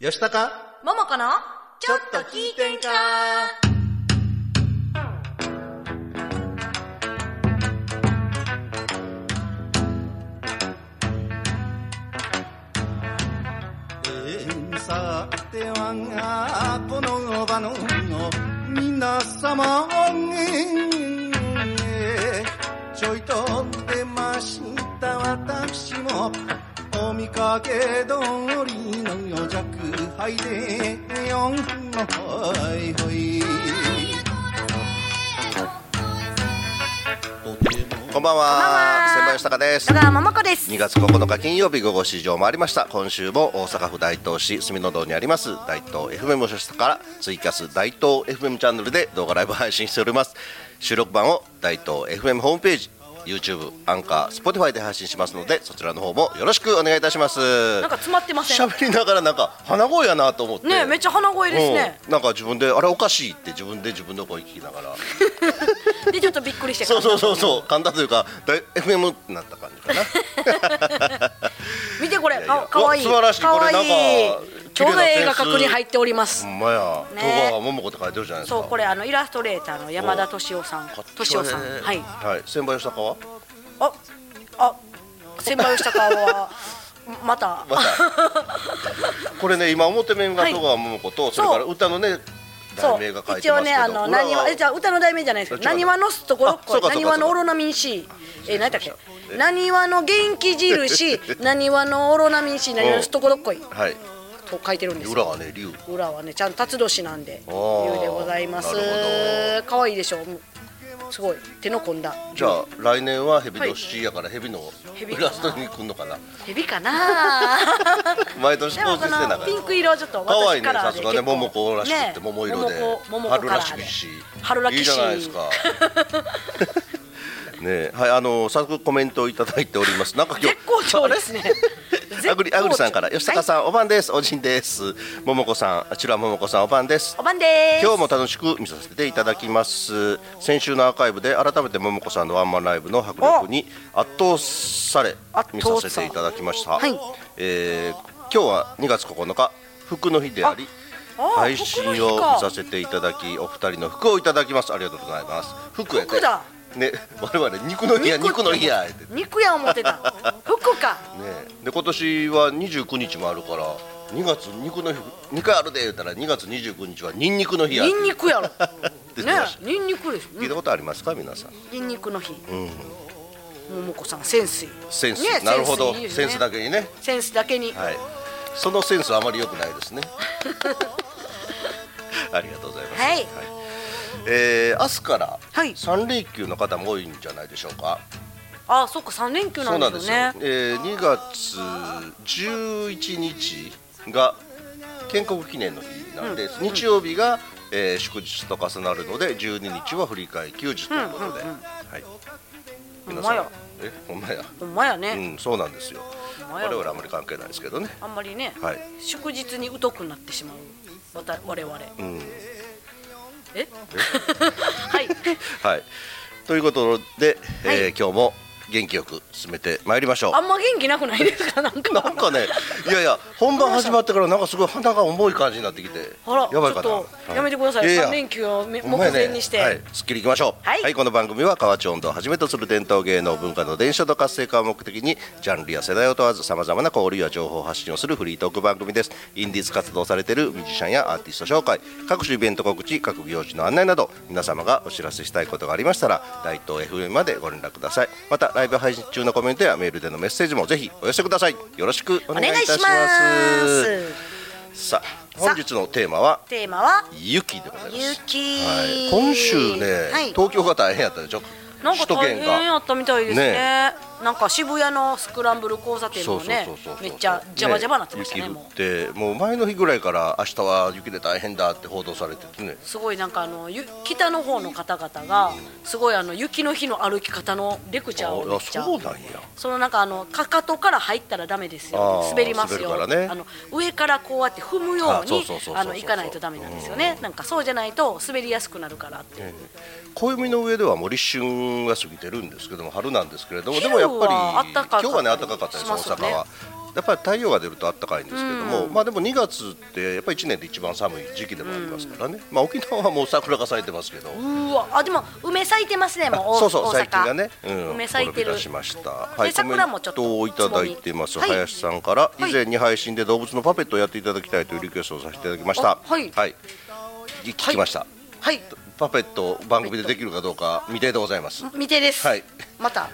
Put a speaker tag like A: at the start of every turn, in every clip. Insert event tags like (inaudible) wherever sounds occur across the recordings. A: よしたか
B: ももこのちょっと聞いてんか
A: えー、さては、この場の皆様、えーちょいと出ました私も、お見かけ通りの弱敗で、よんのほいほい。
C: こんば
B: こんば
C: ん
B: ん
C: は
B: は。
C: 千葉吉高です
B: 野。川ももこです
C: 2月9日金曜日午後4時を回りました今週も大阪府大東市住の堂にあります大東 FM もしからツイキャス大東 FM チャンネルで動画ライブ配信しております収録版を大東 FM ホームページ YouTube アンカー Spotify で配信しますのでそちらの方もよろしくお願いいたします
B: なんか詰まってません
C: 喋りながらなんか鼻声やなと思って
B: ねえめっちゃ鼻声ですね
C: うんなんか自分であれおかしいって自分で自分の声聞きながら
B: でちょっとびっくりして
C: そうそうそうそう簡単というか大 FM になった感じかな
B: 見てこれ
C: いやいや
B: かかわいい
C: お素晴らしい
B: かわい
C: これなんか
B: いちょうど映画角に入っておりま
C: ほ
B: す
C: んまや、
B: ね
C: 戸川桃子って書いてるじゃないですか
B: そうこれあのイラストレーターの山田敏夫さん
C: こっちはね
B: 敏夫さんはい
C: はい千葉吉高は
B: ああ先輩吉高はまた
C: また (laughs) これね今表面が
B: はい
C: 戸川桃子と、それから歌のね
B: そ
C: 題
B: う
C: 名が書い
B: 一
C: てま
B: 応
C: すけ
B: ね
C: ど
B: あのなにわえじゃあ歌の題名じゃないですけど
C: 違
B: な
C: う
B: にわのすところっ
C: あそう
B: こ
C: かそう
B: なに
C: か
B: わのオロナミン C えー何だっけ
C: え
B: なにわの元気
C: (laughs)
B: 印なにわのオロナミン C なにわのすところっこい
C: はい
B: と書いてるんですよ
C: 裏はね龍
B: 裏はねちゃんと辰年なんで
C: あー
B: 言うでございます
C: なる
B: 可愛いでしょもうすごい手の込んだ
C: じゃあ来年は蛇年やから蛇のイラストに来んのかな、
B: 蛇か
C: (laughs)
B: な
C: 毎年
B: でも
C: 更新し
B: こ
C: てなが
B: の
C: ら
B: ピンク色はちょっと
C: 可愛
B: 私
C: いね
B: カラ
C: さ
B: ー
C: す
B: で
C: が
B: 結
C: ね
B: 構
C: 桃子らしくって
B: ね
C: 桃色で
B: 桃子桃子カ
C: 春
B: ラ
C: らし
B: ーで
C: いし
B: 春らしい
C: いいじゃないですかねはいあの早速コメントをいただいておりますなんか今
B: 絶
C: 日
B: 好調ですね
C: アグリアグリさんから
B: 絶好調
C: 吉高さんおばんですおじんです桃子さんあちら桃子さんおばんです
B: おばんです
C: 今日も楽しく見させていただきます先週のアーカイブで改めて桃子さんのワンマンライブの迫力に圧倒され
B: 圧
C: 見
B: 倒さ
C: させていただきました、
B: はい
C: えー今日は2月9日服の日であり
B: ああ
C: 配信
B: 服
C: を見
B: の日か
C: させていただきお二人の服をいただきますありがとうございます服やて
B: 服だ
C: ね (laughs) 我々肉の日や肉の日やってね
B: 肉や思って
C: (laughs)
B: た服か
C: で今年は29日もあるから2月肉の日2回あるで言ったら2月29日はニンニクの日やって
B: ニンニクやろ
C: (laughs) 出て
B: ね
C: ました
B: ニンニクでしょ
C: 聞いたことありますか皆さん
B: ニンニクの日桃子さんセンスいい
C: センス、
B: ね
C: なるほど
B: いい
C: セ
B: よ
C: ン
B: ね
C: スだけにね
B: センスだけに
C: はいそのセンスあまり良くないです
B: (laughs)
C: ねありがとうございます
B: はい
C: えー明日から
B: はい
C: 3連休の方も多いんじゃないでしょうか、
B: あそっか三連休
C: そうな
B: なん
C: んで
B: ですす
C: よ
B: よね、
C: えー2月11日が建国記念の日なんです、日曜日が、えー祝日と重なるので12日は振り替え休日ということで、はい
B: ほんまや
C: えほんまや
B: ほんまや
C: う
B: ね、
C: んそうなんですよ
B: ほんま
C: 我
B: や
C: 々あまり関係ないですけどね
B: あんまりね、
C: はい
B: 祝日に疎くなってしまうわた我々
C: うん
B: え (laughs) はい
C: はい。ということで、えー
B: は
C: 今日も元気よく進めてまいりましょう
B: あ。んま元気なくないですかなんか
C: なんかね、いやいや、本番始まってからなんかすごい鼻が重い感じになってきて、
B: あら
C: やば
B: ちょ
C: いか
B: っ
C: な。
B: とやめてください、三
C: はやや
B: 連休をめ
C: ほんま
B: 目
C: やね
B: 前にして、
C: はい、すっきりいきましょう。
B: はい
C: この番組は河内音頭をはじめとする伝統芸能文化の伝承と活性化を目的にジャンルや世代を問わずさまざまな交流や情報を発信をするフリートーク番組ですインディーズ活動をされているミュージシャンやアーティスト紹介各種イベント告知各行事の案内など皆様がお知らせしたいことがありましたら大東 FM までご連絡くださいまたライブ配信中のコメントやメールでのメッセージもぜひお寄せくださいよろしくお
B: お
C: 願いい
B: 願
C: た
B: い
C: します
B: します
C: さあ本日のテーマは
B: テーマは
C: 雪でございます
B: 雪、
C: はい、今週ね、
B: はい
C: 東京が大変やったでしょ
B: なん
C: 首
B: か
C: 都
B: 大
C: 圏
B: 変や
C: が
B: ったみたいですね
C: ね
B: なんか渋谷のスクランブル交差点もねめっちゃジャバジャバなってましたね
C: ね
B: もう
C: 雪降ってもう前の日ぐらいから明日は雪で大変だって報道されててね
B: すごいなんかあのゆ北の方の方々がすごいあの雪の日の歩き方のレクチャーをめっ
C: あ
B: ちゃ
C: そうなんや
B: そのなんかあのかかとから入ったらダメです
C: あ
B: よ
C: ー
B: 滑りますよ
C: 滑るからね
B: あの上からこうやって踏む
C: あ
B: よう
C: そう
B: に
C: そうそうそうそう
B: あの行かないとダメなんですよねなんかそうじゃないと滑りやすくなるからって
C: 暦の上ではもう立春が過ぎてるんですけども春なんですけれどもでもやっ
B: 昼は
C: ぱり
B: 暖かかったり
C: 今日はね暖かかったです
B: しますよ
C: 大
B: ね
C: 阪は。やっぱり太陽が出ると暖かいんですけども、まあでも2月ってやっぱり1年で一番寒い時期でもありますからね、まあ沖縄はもう桜が咲いてますけど、
B: うわあでも梅咲いてますねもうお
C: そうそう
B: 大阪
C: 最近がね、
B: 梅咲いて
C: お呼び
B: る
C: 出しました。
B: で桜もちょっと
C: コメントをいただいてます。
B: はい
C: 林さんから
B: はい
C: 以前に配信で動物のパペットをやっていただきたいというリクエストをさせていただきました。
B: あはい
C: 聞きました。
B: はい
C: パペット番組でできるかどうか未定でございます。
B: 未定です、
C: はい
B: また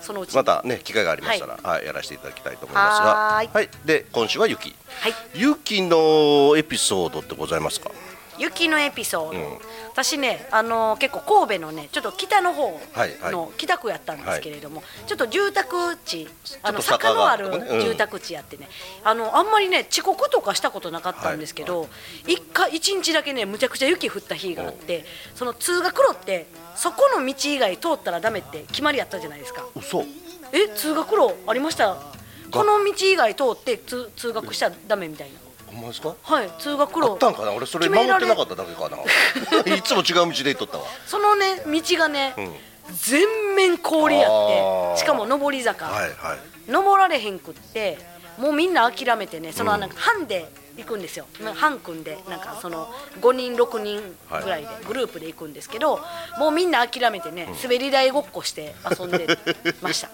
B: そのうち
C: またね機会がありましたら、はいやらせていただきたいと思いますが、
B: はーい
C: で今週は雪。
B: はい
C: 雪のエピソードってございますか。
B: 雪のエピソード、私ね、あのー結構神戸のねちょっと北の方
C: はいはい
B: の北区やったんですけれども、ちょっと住宅地あの
C: ちょっと
B: 坂
C: 坂
B: の
C: が
B: あ
C: ある
B: る
C: とこねうん
B: 住宅地やってね、あのあんまりね遅刻とかしたことなかったんですけど、一回一日だけねむちゃくちゃ雪降った日があってその通学路ってそこの道以外通ったらダメって決まりやったじゃないですか
C: 嘘。
B: え通学路ありましたこの道以外通って通通学したらダメみたいな
C: ほんまですか。
B: はい通学路
C: あったんかな俺それ
B: 決め
C: 守
B: ら
C: っ
B: れ
C: てなかっただけ
B: (laughs)
C: かないつも違う道で行っとったわ
B: そのね道がね、全面氷やっ
C: あー
B: てしかも上り坂、
C: はいはい
B: 登られへんくってもうみんな諦めてねそのなんか班で行くんですよ、なんか班組んでなんかその5人6人ぐらいでグループで行くんですけど、もうみんな諦めてね滑り台ごっこして遊んでま (laughs) した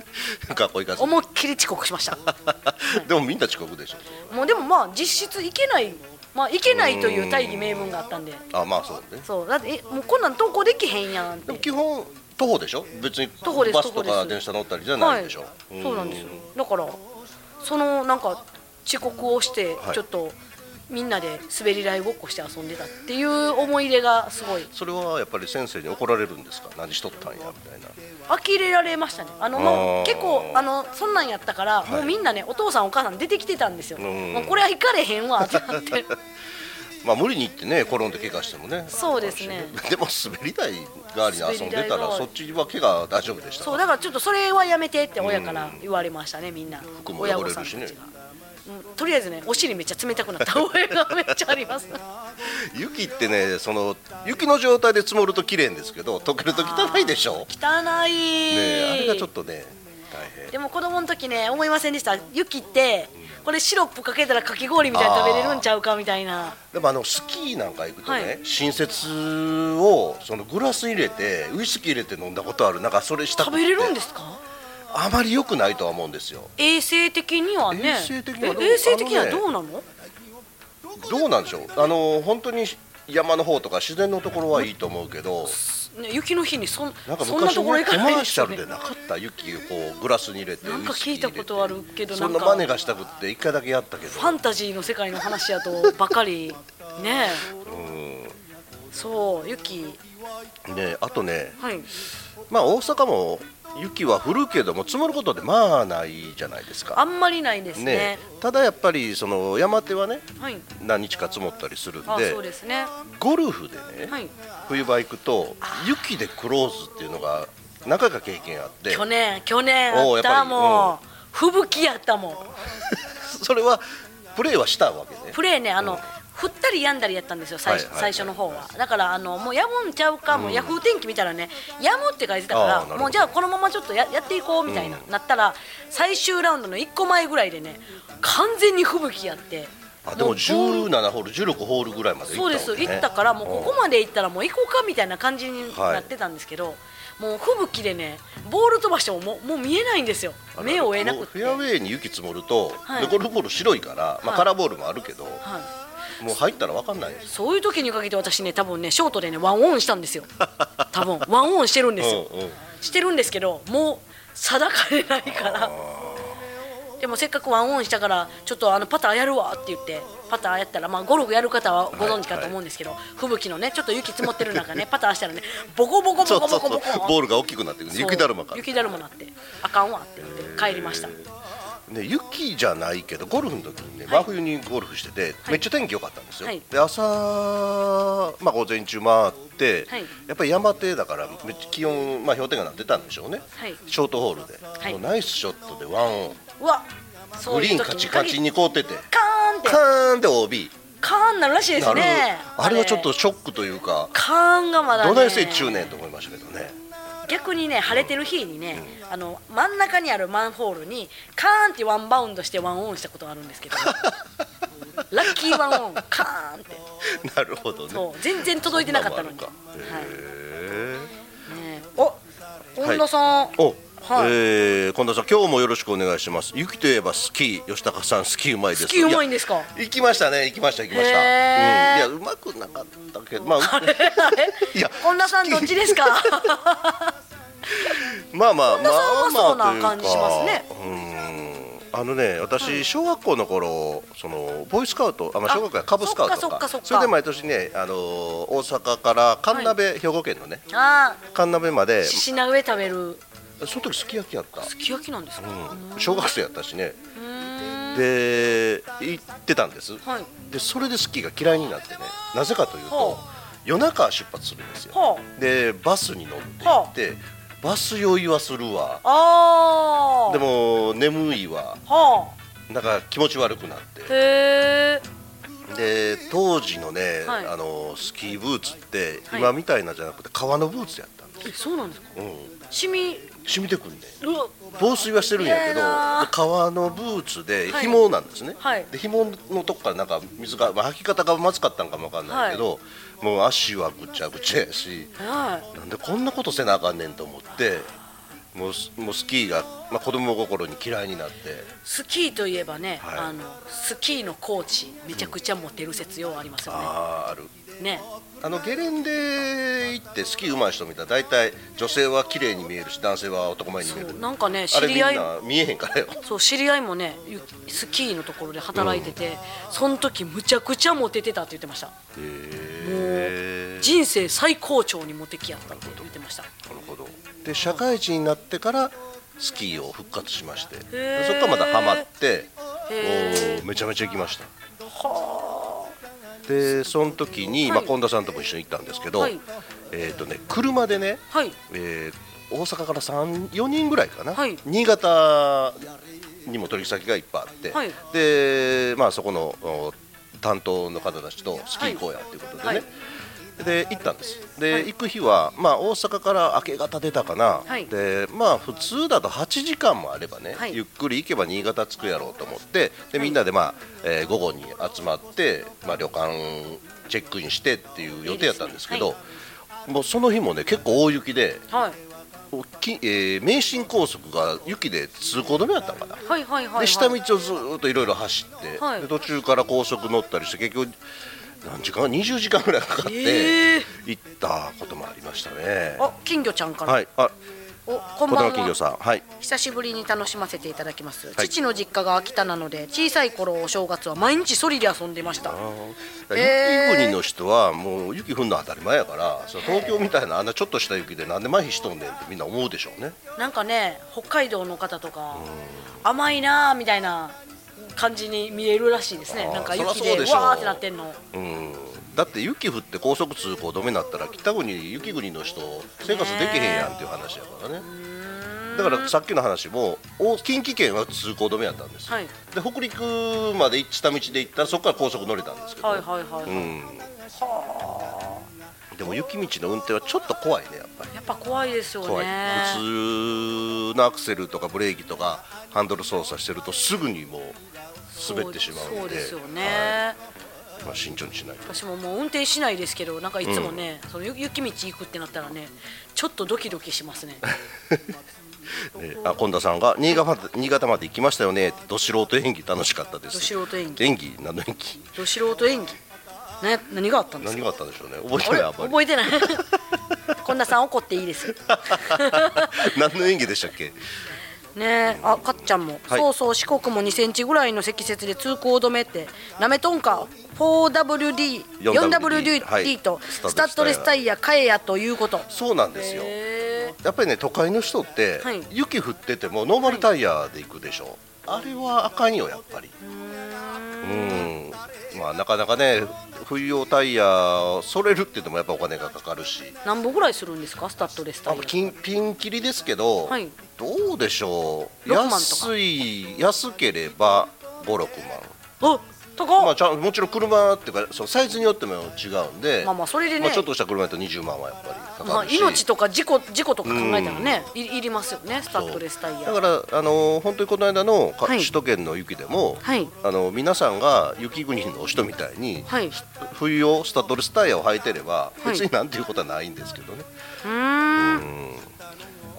C: 学校行 (laughs) かず
B: 思いっきり遅刻しました
C: でもみんな遅刻でしょ
B: もうでもまあ実質行けないまあ行けないという大義名分があったんで
C: あまあそうね
B: そうだってえもうこんなん投稿できへんやんっ
C: でも
B: て
C: 基本徒歩でしょ別に
B: 徒歩です
C: バス
B: 徒
C: と
B: 歩
C: か
B: です
C: 電車乗ったりじゃないでしょ、
B: はい、そうなんですよだからそのなんか遅刻をして
C: はい
B: ちょっとみんなで滑り台ごっこして遊んでたっていう思い入れがすごい
C: それはやっぱり先生に怒られるんですか何しとったんやみたいな
B: 呆れられましたねあのも
C: あー
B: う結構あのそんなんやったから、もうみんなねお父さんお母さん出てきてたんですよもうこれは行かれへんわってなって (laughs)
C: まあ無理に行ってね転んで怪我してもね
B: そうですね
C: でも滑り台代わりに遊んでた
B: 滑り台代わ
C: ら
B: り
C: そっちは怪我大丈夫でした
B: そうだからちょっとそれはやめてって親から言われましたねみんな
C: 服も汚れ
B: 親
C: る
B: 御さんたち
C: し
B: が、
C: ね
B: うんとりあえずねお尻めっちゃ冷たくなった覚えがめっちゃあり
C: (laughs)
B: ます
C: 雪ってねその雪の状態で積もると綺麗んですけど溶けると汚いでしょ
B: 汚い
C: ねえあれがちょっとね大変
B: でも子供の時ね思いませんでした雪ってこれシロップかけたらかき氷みたいに食べれるんちゃうかみたいな
C: でもあのスキーなんか行くとね、
B: はい
C: 新雪をそのグラスに入れてウイスキー入れて飲んだことあるなんかそれしたく
B: 食
C: て
B: べれるんですか
C: あまり良くないとは思うんですよ
B: 衛生的にはね
C: 衛生的にはどう
B: え衛生的には
C: あの
B: ど
C: ね
B: うなの
C: どうなんでしょうあの本当に山の方とか自然のところはいいと思うけど
B: ね雪の日にそん
C: なんか
B: そんな
C: 昔
B: ところ
C: ね
B: 行
C: コ
B: か
C: マ
B: ない
C: ー
B: です
C: シャ
B: よ
C: ル
B: ね
C: でなかった雪をこうグラスに入れて
B: なんか
C: ウイスキー入れて
B: 聞いたことあるけど
C: そん
B: な
C: なん
B: か
C: 真似がしたくって一回だけやったけど
B: ファンタジーの世界の話やとばか
C: (laughs)
B: りねそう雪
C: ねあとね
B: はい
C: まあ大阪も雪は降るけども積もることでまあないじゃないですか
B: あんまりないですね
C: ね、ただやっぱりその山手はね
B: はい
C: 何日か積もったりするん
B: あ
C: で
B: そうですね
C: ゴルフでね、
B: はい
C: 冬場行くと雪でクローズっていうのが何回か経験あって
B: 去年去年
C: お
B: あ
C: う
B: った
C: や
B: もう吹雪やったもん
C: それはプレーはしたわけね
B: プレーねあの、降ったりやんだりやったんですよ最,、
C: はいはいはい
B: 最初の方はだからあのもうやむんちゃうか、もうヤフー天気見たらねやむって書いてたか
C: あーな
B: ら
C: るほど
B: もうじゃあこのままちょっとややっていこうみたいな、なったら最終ラウンドの1個前ぐらいでね完全に吹雪やって
C: あでも17ホール16ホールぐらいまで行
B: そう
C: っ
B: で
C: た
B: す
C: わけ、ね、
B: 行ったからもうここまで行ったらもう行こうかみたいな感じに
C: はい
B: なってたんですけど、もう吹雪でねボール飛ばしてももうもう見えないんですよ
C: あの
B: 目を追えなくっ
C: フ
B: て、
C: ェアウ
B: はい、
C: ェイに雪積もると、
B: はい
C: でゴルフボール白いから、
B: はい
C: まあ、カラーボールもあるけど、もう入ったら分かんないです
B: そういう時にかけて私ね多分ねショートでねワンオンしたんです
C: (laughs)
B: よ多分ワンオンしてるんですよ、
C: うんうん
B: してるんですけどもう定かれないからでもせっかくワンオンしたからちょっとあのパターやるわって言ってパターやったらまあゴルフやる方はご存知かと思うんですけど、吹雪のねちょっと雪積もってる中ねパターしたらねボコボコボ
C: そ
B: コ
C: うそ
B: ボコ
C: うそう
B: ボコ
C: ボールが大きくなってくる
B: そう
C: 雪だるまから
B: 雪だるまなってあかんわって言って帰りました
C: ね、雪じゃないけどゴルフの時にね、真冬にゴルフしてて、めっちゃ天気良かったんですよ、
B: はい
C: で朝、まあ、午前中回って、
B: はい
C: やっぱり山手だからめっちゃ気温、まあ、氷点下になってたんでしょうね、
B: はい
C: ショートホールで、
B: い
C: もうナイスショットでワンオン
B: うわそ
C: グ
B: う
C: リ
B: い
C: ー
B: う
C: ン
B: 時に
C: カチカ
B: 限
C: チ
B: って
C: に凍ってて
B: カーンって
C: カーンで OB
B: カーンなるらしいです
C: なる
B: ね
C: あれはちょっとショックというか
B: カーンがまだ、ね、
C: どないせい中年と思いましたけどね (laughs)
B: 逆にね晴れてる日にね、あの真ん中にあるマンホールにカーンってワンバウンドしてワンオンしたことがあるんですけ
C: (laughs)
B: どラッキーワンオンカーンって
C: なるほどね
B: そう全然届いてなかったのに、
C: そ
B: は
C: んなのあるかへ
B: いねえ、お本田さん、
C: えお
B: はい
C: えー近田さん今日もよろしくお願いします雪といえばスキー吉高さんスキーうまいです
B: スキーうまいん
C: で
B: ですか
C: 行きましたね行きました行きました、
B: へー
C: うん、いやうまくなかったけどまあ
B: あれあれ
C: いや
B: 本田さんどっちです
C: (laughs)
B: か
C: まあまあま
B: 田さんは
C: あまあと
B: そうな感
C: いうか
B: じしますね
C: うんあのね私小学校の頃そのボーイスカウトあまあ
B: あ
C: 小学校やカブスカウト
B: そっかそっか
C: か
B: そっか
C: れで毎年ねあのー大阪から神鍋、兵庫県のね
B: ああ
C: 神鍋まで
B: 獅子鍋食べる
C: その時すき焼きやった
B: すき焼きなんですか、
C: うん小学生やったしね
B: うーん
C: で行ってたんです、
B: はい
C: でそれでスキーが嫌いになってねなぜかというと
B: ほ
C: 夜中出発するんですよ
B: ほ
C: でバスに乗って行ってバス酔いはするわ
B: ああ
C: でも眠いわ
B: は
C: なんか気持ち悪くなっ
B: あへえ
C: てで当時のね、
B: はい
C: あのスキーブーツって
B: はい
C: 今みたいなじゃなくて革のブーツやったんで
B: えそうなんですか
C: す、うん、
B: シミ
C: 染みてくんね
B: うわ
C: 防水はしてるんやけ
B: ええ
C: ど
B: なあ
C: で革のブーツで
B: はい
C: 紐なんですね、
B: はい
C: で紐のとこからなんか水が、まあ、履き方がまずかったんかもわかんないけど、もう足はぐちゃぐちゃやし
B: はい
C: なんでこんなことせなあかんねんと思ってもうスもうスキーが、まあ、子供心に嫌いになって
B: スキーといえばね、
C: はい
B: あのスキーのコーチめちゃくちゃモテる説ようありますよね
C: あーある
B: ね
C: あのゲレンデ行ってスキー上手い人見たら大体女性は綺麗に見えるし男性は男前に見え
B: そう
C: る
B: なんかね
C: あ
B: 知
C: れみん
B: り合い
C: な見えへんからよ
B: そう知り合いもねゆスキーのところで働いてて、その時むちゃくちゃモテてたって言ってました
C: へ
B: 人生最高潮にモテ期やったって言ってました
C: なるほどで社会人になってからスキーを復活しまして
B: へー
C: でそこからまたハマって
B: へー
C: おーめちゃめちゃ行きましたでその時
B: は
C: に、
B: い
C: まあ、近田さんとも一緒に行ったんですけど、
B: はい
C: えっ、とね車でね、
B: はい
C: えー大阪から34人ぐらいかな、
B: はい
C: 新潟にも取引先がいっぱいあって、
B: はい
C: でまあ、そこのお担当の方たちとスキー行こうやということでね、
B: はい
C: で行ったんですで、
B: はい
C: 行く日は、まあ、大阪から明け方出たかな、
B: はい
C: でまあ、普通だと8時間もあればね、
B: はい
C: ゆっくり行けば新潟着くやろうと思ってでみんなで、まあえー午後に集まって、まあ、旅館チェックインしてっていう予定やったんですけど
B: いい
C: もうその日もね結構大雪で。
B: はい
C: きえー名神高速が雪で通行止めだったのかな、
B: はいはいはいはい
C: で下道をずーっといろいろ走って、
B: はい
C: で途中から高速乗ったりして結局何時間20時間ぐらいかかって、
B: えー
C: 行ったこともありましたね
B: あ金魚ちゃんから、
C: はいあ
B: おこんば
C: 小
B: ん
C: 玉
B: は
C: 金魚さんはい
B: 久しぶりに楽しませていただきます、
C: い
B: 父の実家が秋田なので小さい頃お正月は毎日ソリで遊んでました
C: 雪
B: えー
C: 国の人はもう雪降るのは当たり前やから、その東京みたいなあんなちょっとした雪でなんで麻痺しとんねんってみんな思うでしょうね
B: なんかね北海道の方とか甘いなーみたいな感じに見えるらしいですね
C: あー
B: なんか
C: そりゃ
B: 雪
C: そう
B: で
C: でしょう
B: わーってなってんの
C: うんだって雪降って高速通行止めになったら北国雪国の人生活できへんやんっていう話やからねだからさっきの話もお近畿圏は通行止めやったんですよ、
B: はい
C: で北陸まで下道で行ったらそこから高速乗れたんですけど、
B: はいはいはい、
C: うんでも雪道の運転はちょっと怖いねやっぱり
B: やっぱ怖いですよね
C: 怖い普通のアクセルとかブレーキとかハンドル操作してるとすぐにもう滑ってしまうんで
B: そうですよね、
C: はいまあ、慎重にしないと
B: 私ももう運転しないですけどなんかいつもね、その雪雪道行くってなったらねちょっとドキドキしますね
C: えーあ近田さんが新潟まで新潟まで行きましたよねど素人演技楽しかったです
B: ど素人演技
C: 演技何の演技
B: ど素人演技ね何があったんです
C: 何
B: か
C: があったんでしょうね覚えて
B: あ
C: な
B: れ
C: いあんま
B: 覚えてない (laughs) こんなさん怒っていいです
C: り何の演技でしたっけ
B: ねえあかっちゃんも、
C: はい
B: そうそう四国も2センチぐらいの積雪で通行止めってなめとんか 4WD4WD、4WD
C: はい
B: とス
C: ス
B: タ
C: タ
B: ッド
C: ッド
B: レ
C: レ
B: ス
C: ス
B: タ
C: タ
B: イヤ買えやということ
C: そうなんですよ
B: へえ
C: やっぱりね都会の人って、
B: はい
C: 雪降っててもノーマルタイヤで行くでしょ、あれはあかんよやっぱりうんまあなかなかね冬用タイヤをそれるって言ってもやっぱお金がかかるし
B: 何本ぐらいするんですかスタッドレスタ
C: あ
B: イヤ
C: 金ピンキリですけど、
B: はい
C: どうでしょう
B: 六万とか
C: 安い安ければ56万
B: あ高
C: ま
B: っ
C: あ、ちゃんもちろん車っていうかそのサイズによっても違うんで
B: まあまあそれでね
C: まあちょっとした車だと20万はやっぱりか
B: ま
C: か
B: あ、
C: るし、
B: 命とか事故事故とか考えたらね、いいりますよねスタッドレスタイヤ
C: だから、あのー本当にこの間の、か
B: はい
C: 首都圏の雪でも、
B: はい
C: あの皆さんが雪国の人みたいに、
B: はい
C: 冬用スタッドレスタイヤを履いてれば、
B: はい
C: 別になんていうことはないんですけどね
B: うーん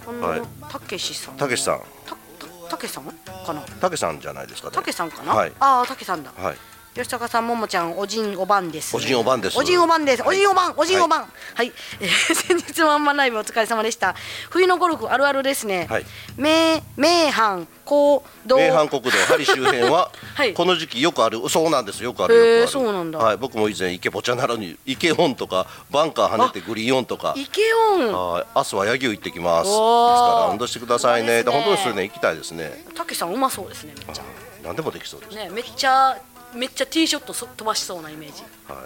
B: こ
C: はい
B: のたけしさん
C: たけしさん
B: たたたけさんかな
C: たけさんじゃないですかね
B: たけさんかな、
C: はい、
B: ああたけさんだ
C: はい、
B: 吉高さん、ももちゃん、おじんおばんです。
C: おじんおばんです
B: おじんおばんです。おじんおばん、おじんおばん。はい、えー (laughs) 先日ワンマンライブお疲れ様でした。冬のゴルフあるあるですね。
C: はい
B: 名、名阪、行動。
C: 名阪国道針周辺は、
B: (laughs) はい
C: この時期よくあるそうなんですよくあ
B: へ
C: るよく
B: ー
C: ある
B: そうなんだ
C: はい、僕も以前池ぼちゃならぬ池オンとかバンカー跳ねてグリーンオンとか
B: 池音。
C: はい明日は柳生行ってきます
B: おー
C: ですからラウンドしてくださいね
B: そうですね
C: 本当にそれね行きたいですね
B: たけさん、うまそうですね。めっち
C: 何でもできそうです
B: ゃ。ね、めっちゃ、めっちゃティーショットそ飛ばしそうなイメージ。
C: は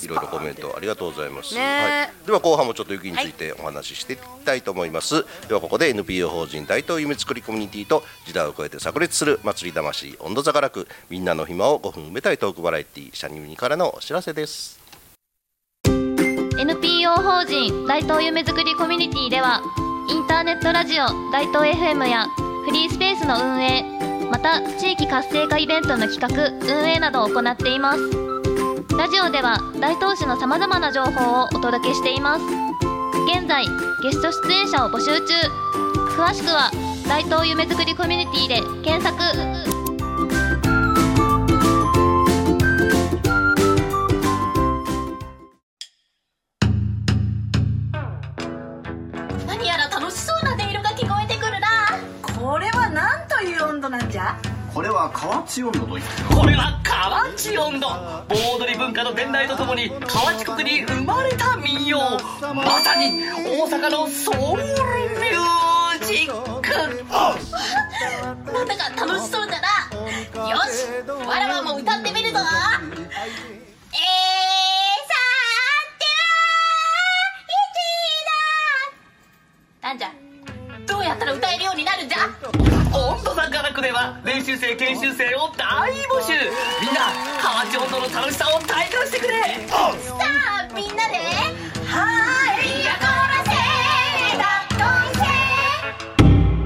C: い、いろいろコメントありがとうございます、
B: ね
C: はい、では後半もちょっと雪についてお話ししていきたいと思います、ではここで NPO 法人大東夢作りコミュニティと時代を超えて炸裂する祭り魂温度差がなくみんなの暇を5分埋めたいトークバラエティーシャニムニからのお知らせです
D: NPO 法人大東夢作りコミュニティではインターネットラジオ大東 FM やフリースペースの運営また地域活性化イベントの企画運営などを行っていますラジオでは大東市のさまざまな情報をお届けしています現在ゲスト出演者を募集中詳しくは大東夢作りコミュニティで検索
E: 何やら楽しそうな音色が聞こえてくるな
F: これは何という温度なんじゃ
G: これは河内温度といって
H: これは河内音頭盆踊り文化の伝来とともに河内国に生まれた民謡まさに大阪のソウルミュージック
E: なんだか楽しそうだなよしわらわも歌ってみるぞえー、さては、いちだなんじゃどうやったら歌えるようになるんじゃ
H: 音頭さんからくでは練習生研修生を大募集みんな河内音頭の楽しさを体感してくれ
E: さあみんなで「はーいやこらせだっこいせ」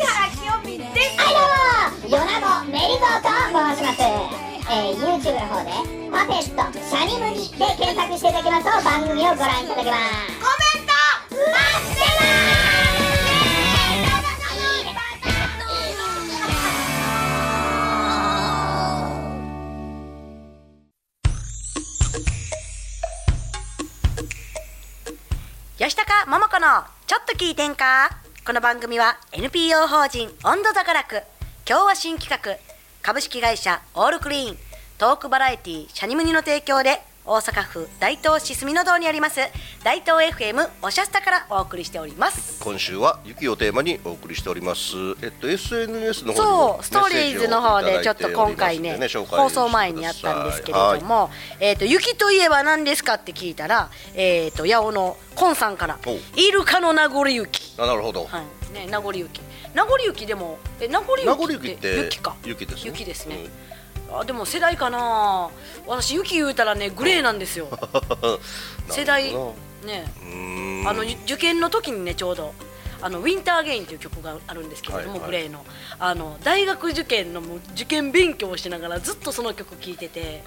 I: はいどうもヨナゴメリゾーと申します、えー、YouTube の方でパペットシャニムニで検索していただきますと番組をご覧いただけますコメント待って
B: 吉高桃子のちょっと聞いてんかこの番組は NPO 法人温度座がらく今日は新企画株式会社オールクリーントークバラエティシャニムニの提供で大阪府大東市住の堂にあります大東 FM おしゃスタからお送りしております
C: 今週は雪をテーマにお送りしておりますえっと SNS の方にも
B: そうストーリーズの方でちょっと今回ね
C: メッセージをいただいておりますのでね紹介
B: 放送前にやったんですけれど
C: はい
B: も、えー、と雪といえば何ですかって聞いたら、えー、と八尾のコンさんから
C: おう
B: 「イルカの名残雪」
C: あなるほど、
B: はい、ね、名残雪。名残雪でも、え、名残雪って。
C: 名残雪って
B: 雪か。
C: 雪ですね
B: 雪ですね。あ、でも世代かな。私雪言うたらね、グレーなんです
C: (laughs)
B: よ。世代。ね、
C: うん
B: あのゆ受験の時にね、ちょうど。あのウィンターゲインという曲があるんですけれども、
C: はいはい
B: グレーのあの大学受験のもう受験勉強をしながらずっとその曲聴いてて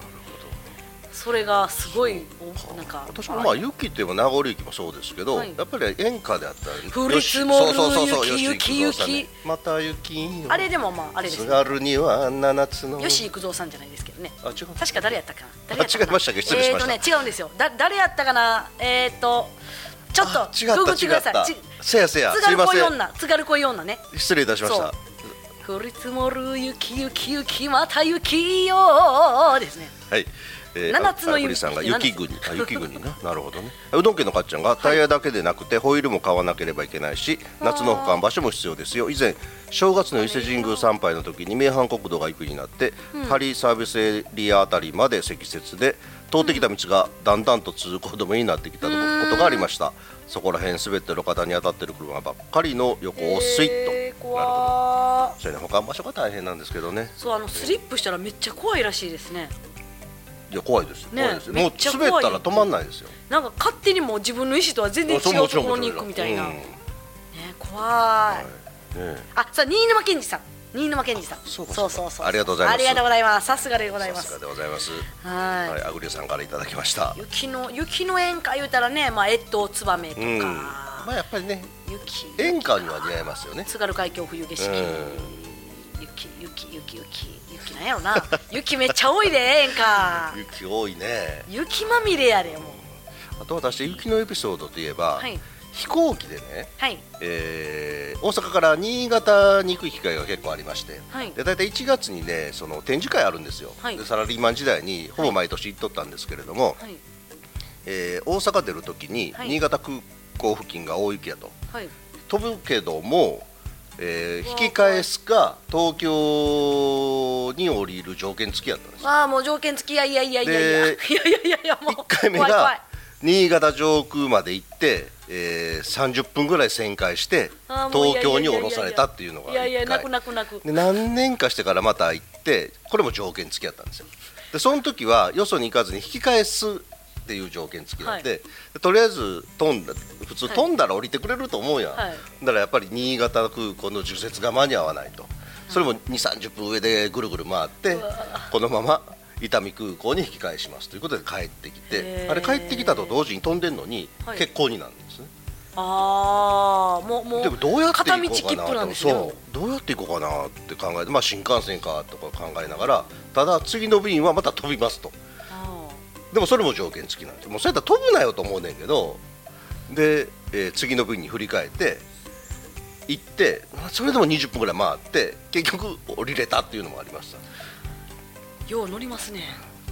B: それがすごいおなんか
C: 私もまあ雪って言えば名残雪もそうですけど、
B: はい
C: やっぱり演歌であったり
B: 降り積もる雪
C: そうそうそうそう
B: 雪
C: よし行くぞさんね
B: 雪
C: また雪よ
B: あれでもまああれです
C: 津
B: ね
C: 軽には七つの
B: 吉幾三さんじゃないですけどね
C: あ違う
B: 確か誰やったかな誰やったかな
C: あ違いましたっけ失礼しました
B: えーとね違うんですよだ誰やったかなえっ、ー、とちょっ
C: あ
B: と
C: 違
B: ググ
C: っ
B: ったて
C: 違
B: くだ
C: っ
B: さ
C: た
B: いち
C: せやせや
B: 津
C: すい
B: 軽
C: ま
B: 恋
C: せん
B: 女津軽恋女ね
C: 失礼いたしました
B: 降り積もる雪雪雪また雪よですね
C: はいえー
B: 七つの
C: あゆ
B: 指
C: りさんが
B: って何で
C: 雪
B: すか
C: 国あ雪
B: (laughs)
C: 国ななるほどねうどん家のかっちゃんがタイヤだけでなくてホイールも買わなければいけないし夏の保管場所も必要ですよ以前正月の伊勢神宮参拝の時に名阪国道が行くになって針、サービスエリアあたりまで積雪で通ってきた道がだんだんと通行止めになってきたことがありましたそこら辺すべての方に当たってる車ばっかりの横をスイッと、
B: えー
C: なるほど
B: 怖ー
C: それね保管場所が大変なんですけどね
B: そうあのスリップしたらめっちゃ怖いらしいですね
C: いや怖いですよ、
B: ね
C: 怖いですよ
B: め
C: も
B: っ
C: う
B: ちゃ
C: 滑ったら止まんないですよ
B: なんか勝手にもう自分の意思とは全然違
C: あそうも
B: う
C: ち
B: と
C: ろん
B: ころに
C: もち
B: 行
C: ろ
B: く
C: ん
B: みたいな、
C: うん
B: ね
C: ね
B: 怖い、
C: え
B: あさあ新沼健治さん新沼健治さん
C: そうか
B: そ
C: そううか
B: そうそう
C: ありがとうございます
B: ありがとうございますさすがでございま
C: さす
B: す
C: がでございます。
B: はい
C: はい、アグリオさんからいただきました。
B: 雪の雪の演歌言うたらねまあ越冬ツバメとか、
C: うん。まあやっぱりね、
B: 雪
C: 演歌には似合いますよね。
B: 津軽海峡冬景色、雪雪雪雪雪なんやろな (laughs) 雪めっちゃ多いで演歌
C: 雪多いね。
B: 雪まみれやでもう
C: あと私雪のエピソードといえば、
B: はい
C: 飛行機でね。
B: はい
C: えー大阪から新潟に行く機会が結構ありまして、
B: はい
C: で大体1月にねその展示会あるんですよ、
B: はい
C: でサラリーマン時代にほぼ毎年行っとったんですけれども、
B: はい
C: えー大阪出る時に
B: はい
C: 新潟空港付近が大雪やと、
B: はい
C: 飛ぶけども、えー引き返すか東京に降りる条件付きやったんですよ
B: ああもう条件付きいやいやいやいやい (laughs) やいや
C: で
B: いやいやもう
C: 1回目
B: 怖い怖い
C: が新潟上空まで行って、えー30分ぐらい旋回して
B: あーもう
C: 東京に降ろされたっていうのが
B: いやいや
C: 1
B: 泣く
C: 回
B: 泣く泣く
C: で何年かしてからまた行ってこれも条件付きやったんですよでその時はよそに行かずに引き返すっていう条件付きなんで,、
B: は
C: でとりあえず飛んだ普通飛んだら降りてくれると思うやん、
B: はい
C: だからやっぱり新潟空港の除雪が間に合わないとそれも2 3 0分上でぐるぐる回ってこのまま伊丹空港に引き返しますということで帰ってき
B: へ
C: て
B: ー
C: あれ帰ってきたと同時に飛んでるのに
B: はい
C: 欠航になるんですね、
B: ああもうもう
C: でもどうやって
B: 片道
C: 行こ
B: 切
C: うか
B: 符
C: な
B: なん
C: と、
B: ですよ
C: そうどうやって行こうかなって考えて、まあ、新幹線かとか考えながらただ次の便はまた飛びますと
B: あ
C: でもそれも条件付きなんでもうそうやったら飛ぶなよと思うねんけどで、えー次の便に振り返って行ってまあそれでも20分ぐらい回って結局降りれたっていうのもありました
B: ーよう乗りますね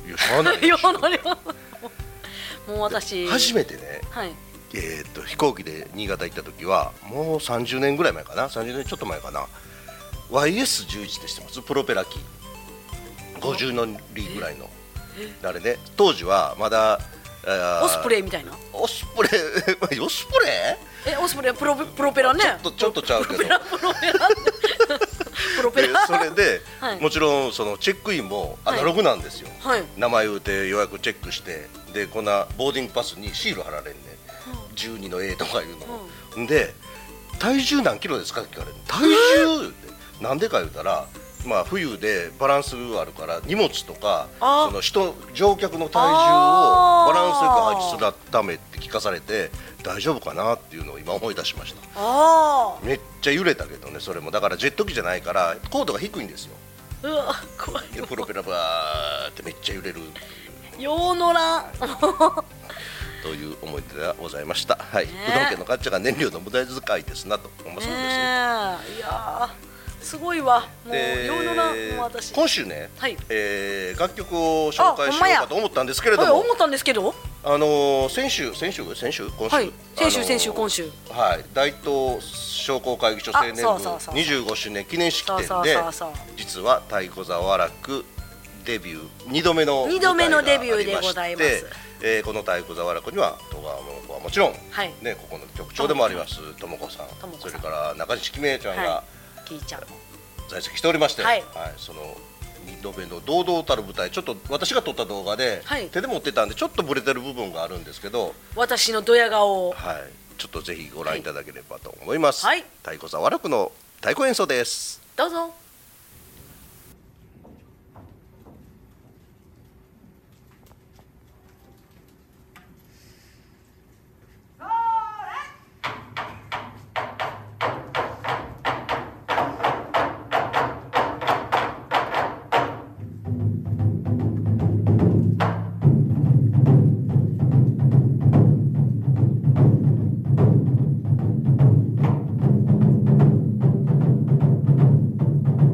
C: いやしゃあないでし
B: (laughs) よ
C: ょ
B: う乗りますもう私
C: 初めてね、
B: はい
C: えーっと飛行機で新潟行った時はもう30年ぐらい前かな30年ちょっと前かな YS11 って知ってますプロペラ機50のリぐらいのあれね当時はまだ
B: オスプレ
C: イ
B: イみたいな
C: オスプレイ (laughs) オスプレイ
B: えオスプレイはプロペプロペラね
C: ちょっとちょっとちゃうけど
B: プロペラプロペラプロペ
C: で
B: ラ
C: それで、
B: (laughs) はい
C: もちろんそのチェックインもアナログなんですよ、
B: はい
C: 名前打って予約チェックしてでこんなボーディングパスにシール貼られんね、ん、12の A とかいうの、ん、で体重何キロですかって聞かれる体重ってなんでか言うたらまあ冬でバランスがあるから荷物とか
B: あ
C: その人乗客の体重
B: あ
C: を
B: ー
C: バランスよく配置するためって聞かされて大丈夫かなっていうのを今思い出しました
B: あ
C: めっちゃ揺れたけどねそれもだからジェット機じゃないから高度が低いんですよ
B: あうわ怖い
C: でプロペラバーってめっちゃ揺れる
B: よう乗らん
C: という思い出がございましたはい、
B: ね
C: うどん家のガッチャが燃料の無駄遣いですなと思います
B: ね
C: ね
B: えいやーすごいわもう
C: で
B: よう乗らんもう私
C: 今週ね、
B: はい
C: えー楽曲を紹
B: あほ
C: 介
B: ん
C: し
B: ま
C: よ
B: や
C: うかと思ったんですけれど
B: はい
C: も
B: 思ったんですけど
C: あのー先週先週先週今週、
B: はい先週
C: あのー
B: 先週今週
C: はい大東商工会議所青年部
B: あそうそうそう
C: 25周年記念式典で
B: そうそうそうそう
C: 実は太鼓沢楽デビュー2度目の
B: 二度目のデビューでございます
C: 舞台がありましてえーこの太鼓沢楽には戸川桃子はもちろん、
B: はい
C: ねここの局長でもあります智子さん
B: 智子さ
C: そ
B: ん
C: れから中西紀明ちゃんが、
B: はいキイちゃん
C: 在籍しておりまして、
B: は
C: はいいその2度目の堂々たる舞台ちょっと私が撮った動画で、
B: はい
C: 手で持ってたんでちょっとブレてる部分があるんですけど、
B: 私のドヤ顔
C: はい、ちょっとぜひご覧いただければと思います、
B: はい
C: 太鼓沢楽の太鼓演奏です
B: どうぞ
J: 「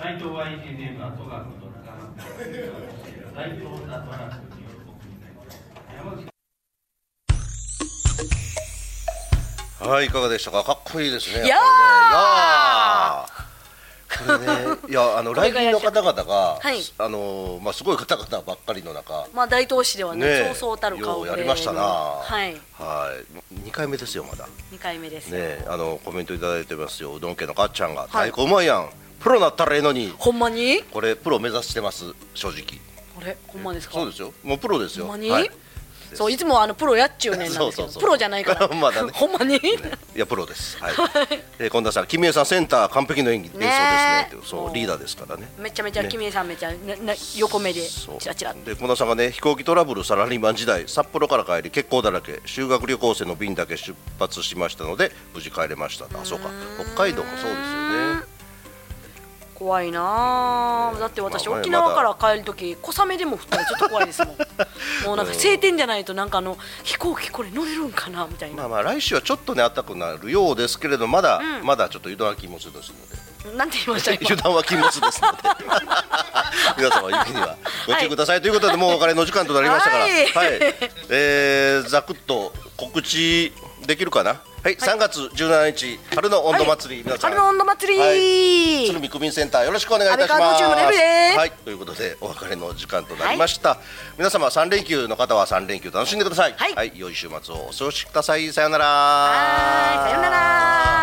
J: 内藤 YTNM は戸川君と仲間内藤だとなくによる僕になります山口
C: はいいかがでしたかかっこいいですね
B: いや
C: これねいやーこれねいや
B: (laughs)
C: あの来賓の方々が、
B: はい
C: あのーまあすごい方々ばっかりの中
B: まあ大東市ではね
C: ねえ
B: そうそうたる顔
C: よ
B: で
C: うやりましたな
B: はい
C: はい二回目ですよまだね
B: 2回目です、
C: えあのコメントいただいてますようどん家のかっちゃん
B: は
C: が
B: い
C: 太鼓うまいやんプロなったらええのに
B: ほんまに
C: これプロ目指してます正直
B: あれほんまですか
C: そうですよもうプロですよ
B: ほんまに、
C: はい
B: そういつもあのプロやっちゅうねんなんで
C: そ
B: す
C: う
B: けど
C: (laughs) そうそう
B: プロじゃないから
C: まだね
B: (laughs) ほんまに、
C: いやプロですはいえー近田さん君江さんセンター完璧の演技演奏ですね
B: ね
C: ってそうリーダーですからね
B: めちゃめちゃ
C: ね
B: 君さんめちゃなな横目で
C: そう
B: チラチラ
C: で近田さんがね飛行機トラブルサラリーマン時代札幌から帰り欠航だらけ修学旅行生の便だけ出発しましたので無事帰れましたとあそうか北海道もそうですよね
B: 怖いなあだって私、
C: まあまあ
B: 沖縄から帰るとき小雨でも降ったらちょっと怖いです
C: (laughs)
B: もんもうなんか晴天じゃないとなんかあの飛行機これ乗れるんかなみたい
C: ま
B: な、
C: あまあ来週はちょっとね暖かくなるようですけれどまだ、
B: うん
C: まだちょっと油断は禁物ですので
B: なんて言い
C: (laughs)
B: ました
C: 油
B: 今
C: 断は禁
B: (laughs)
C: 物ですので皆様雪にはご注意ください、ということでもうお別れの時間となりましたからは、
B: はいい
C: えー、ざくっと告知できるかなはい、3月17日春の温度祭り、皆さん
B: 春の温度祭り、
C: はい、鶴見区民センターよろしくお願いいたしま
B: 安倍川の
C: す。
B: チームのレフです
C: はい、ということでお別れの時間となりました。皆様三連休の方は三連休楽しんでください。
B: はい
C: 良い週末をお過ごしください。さようなら。
B: さよなら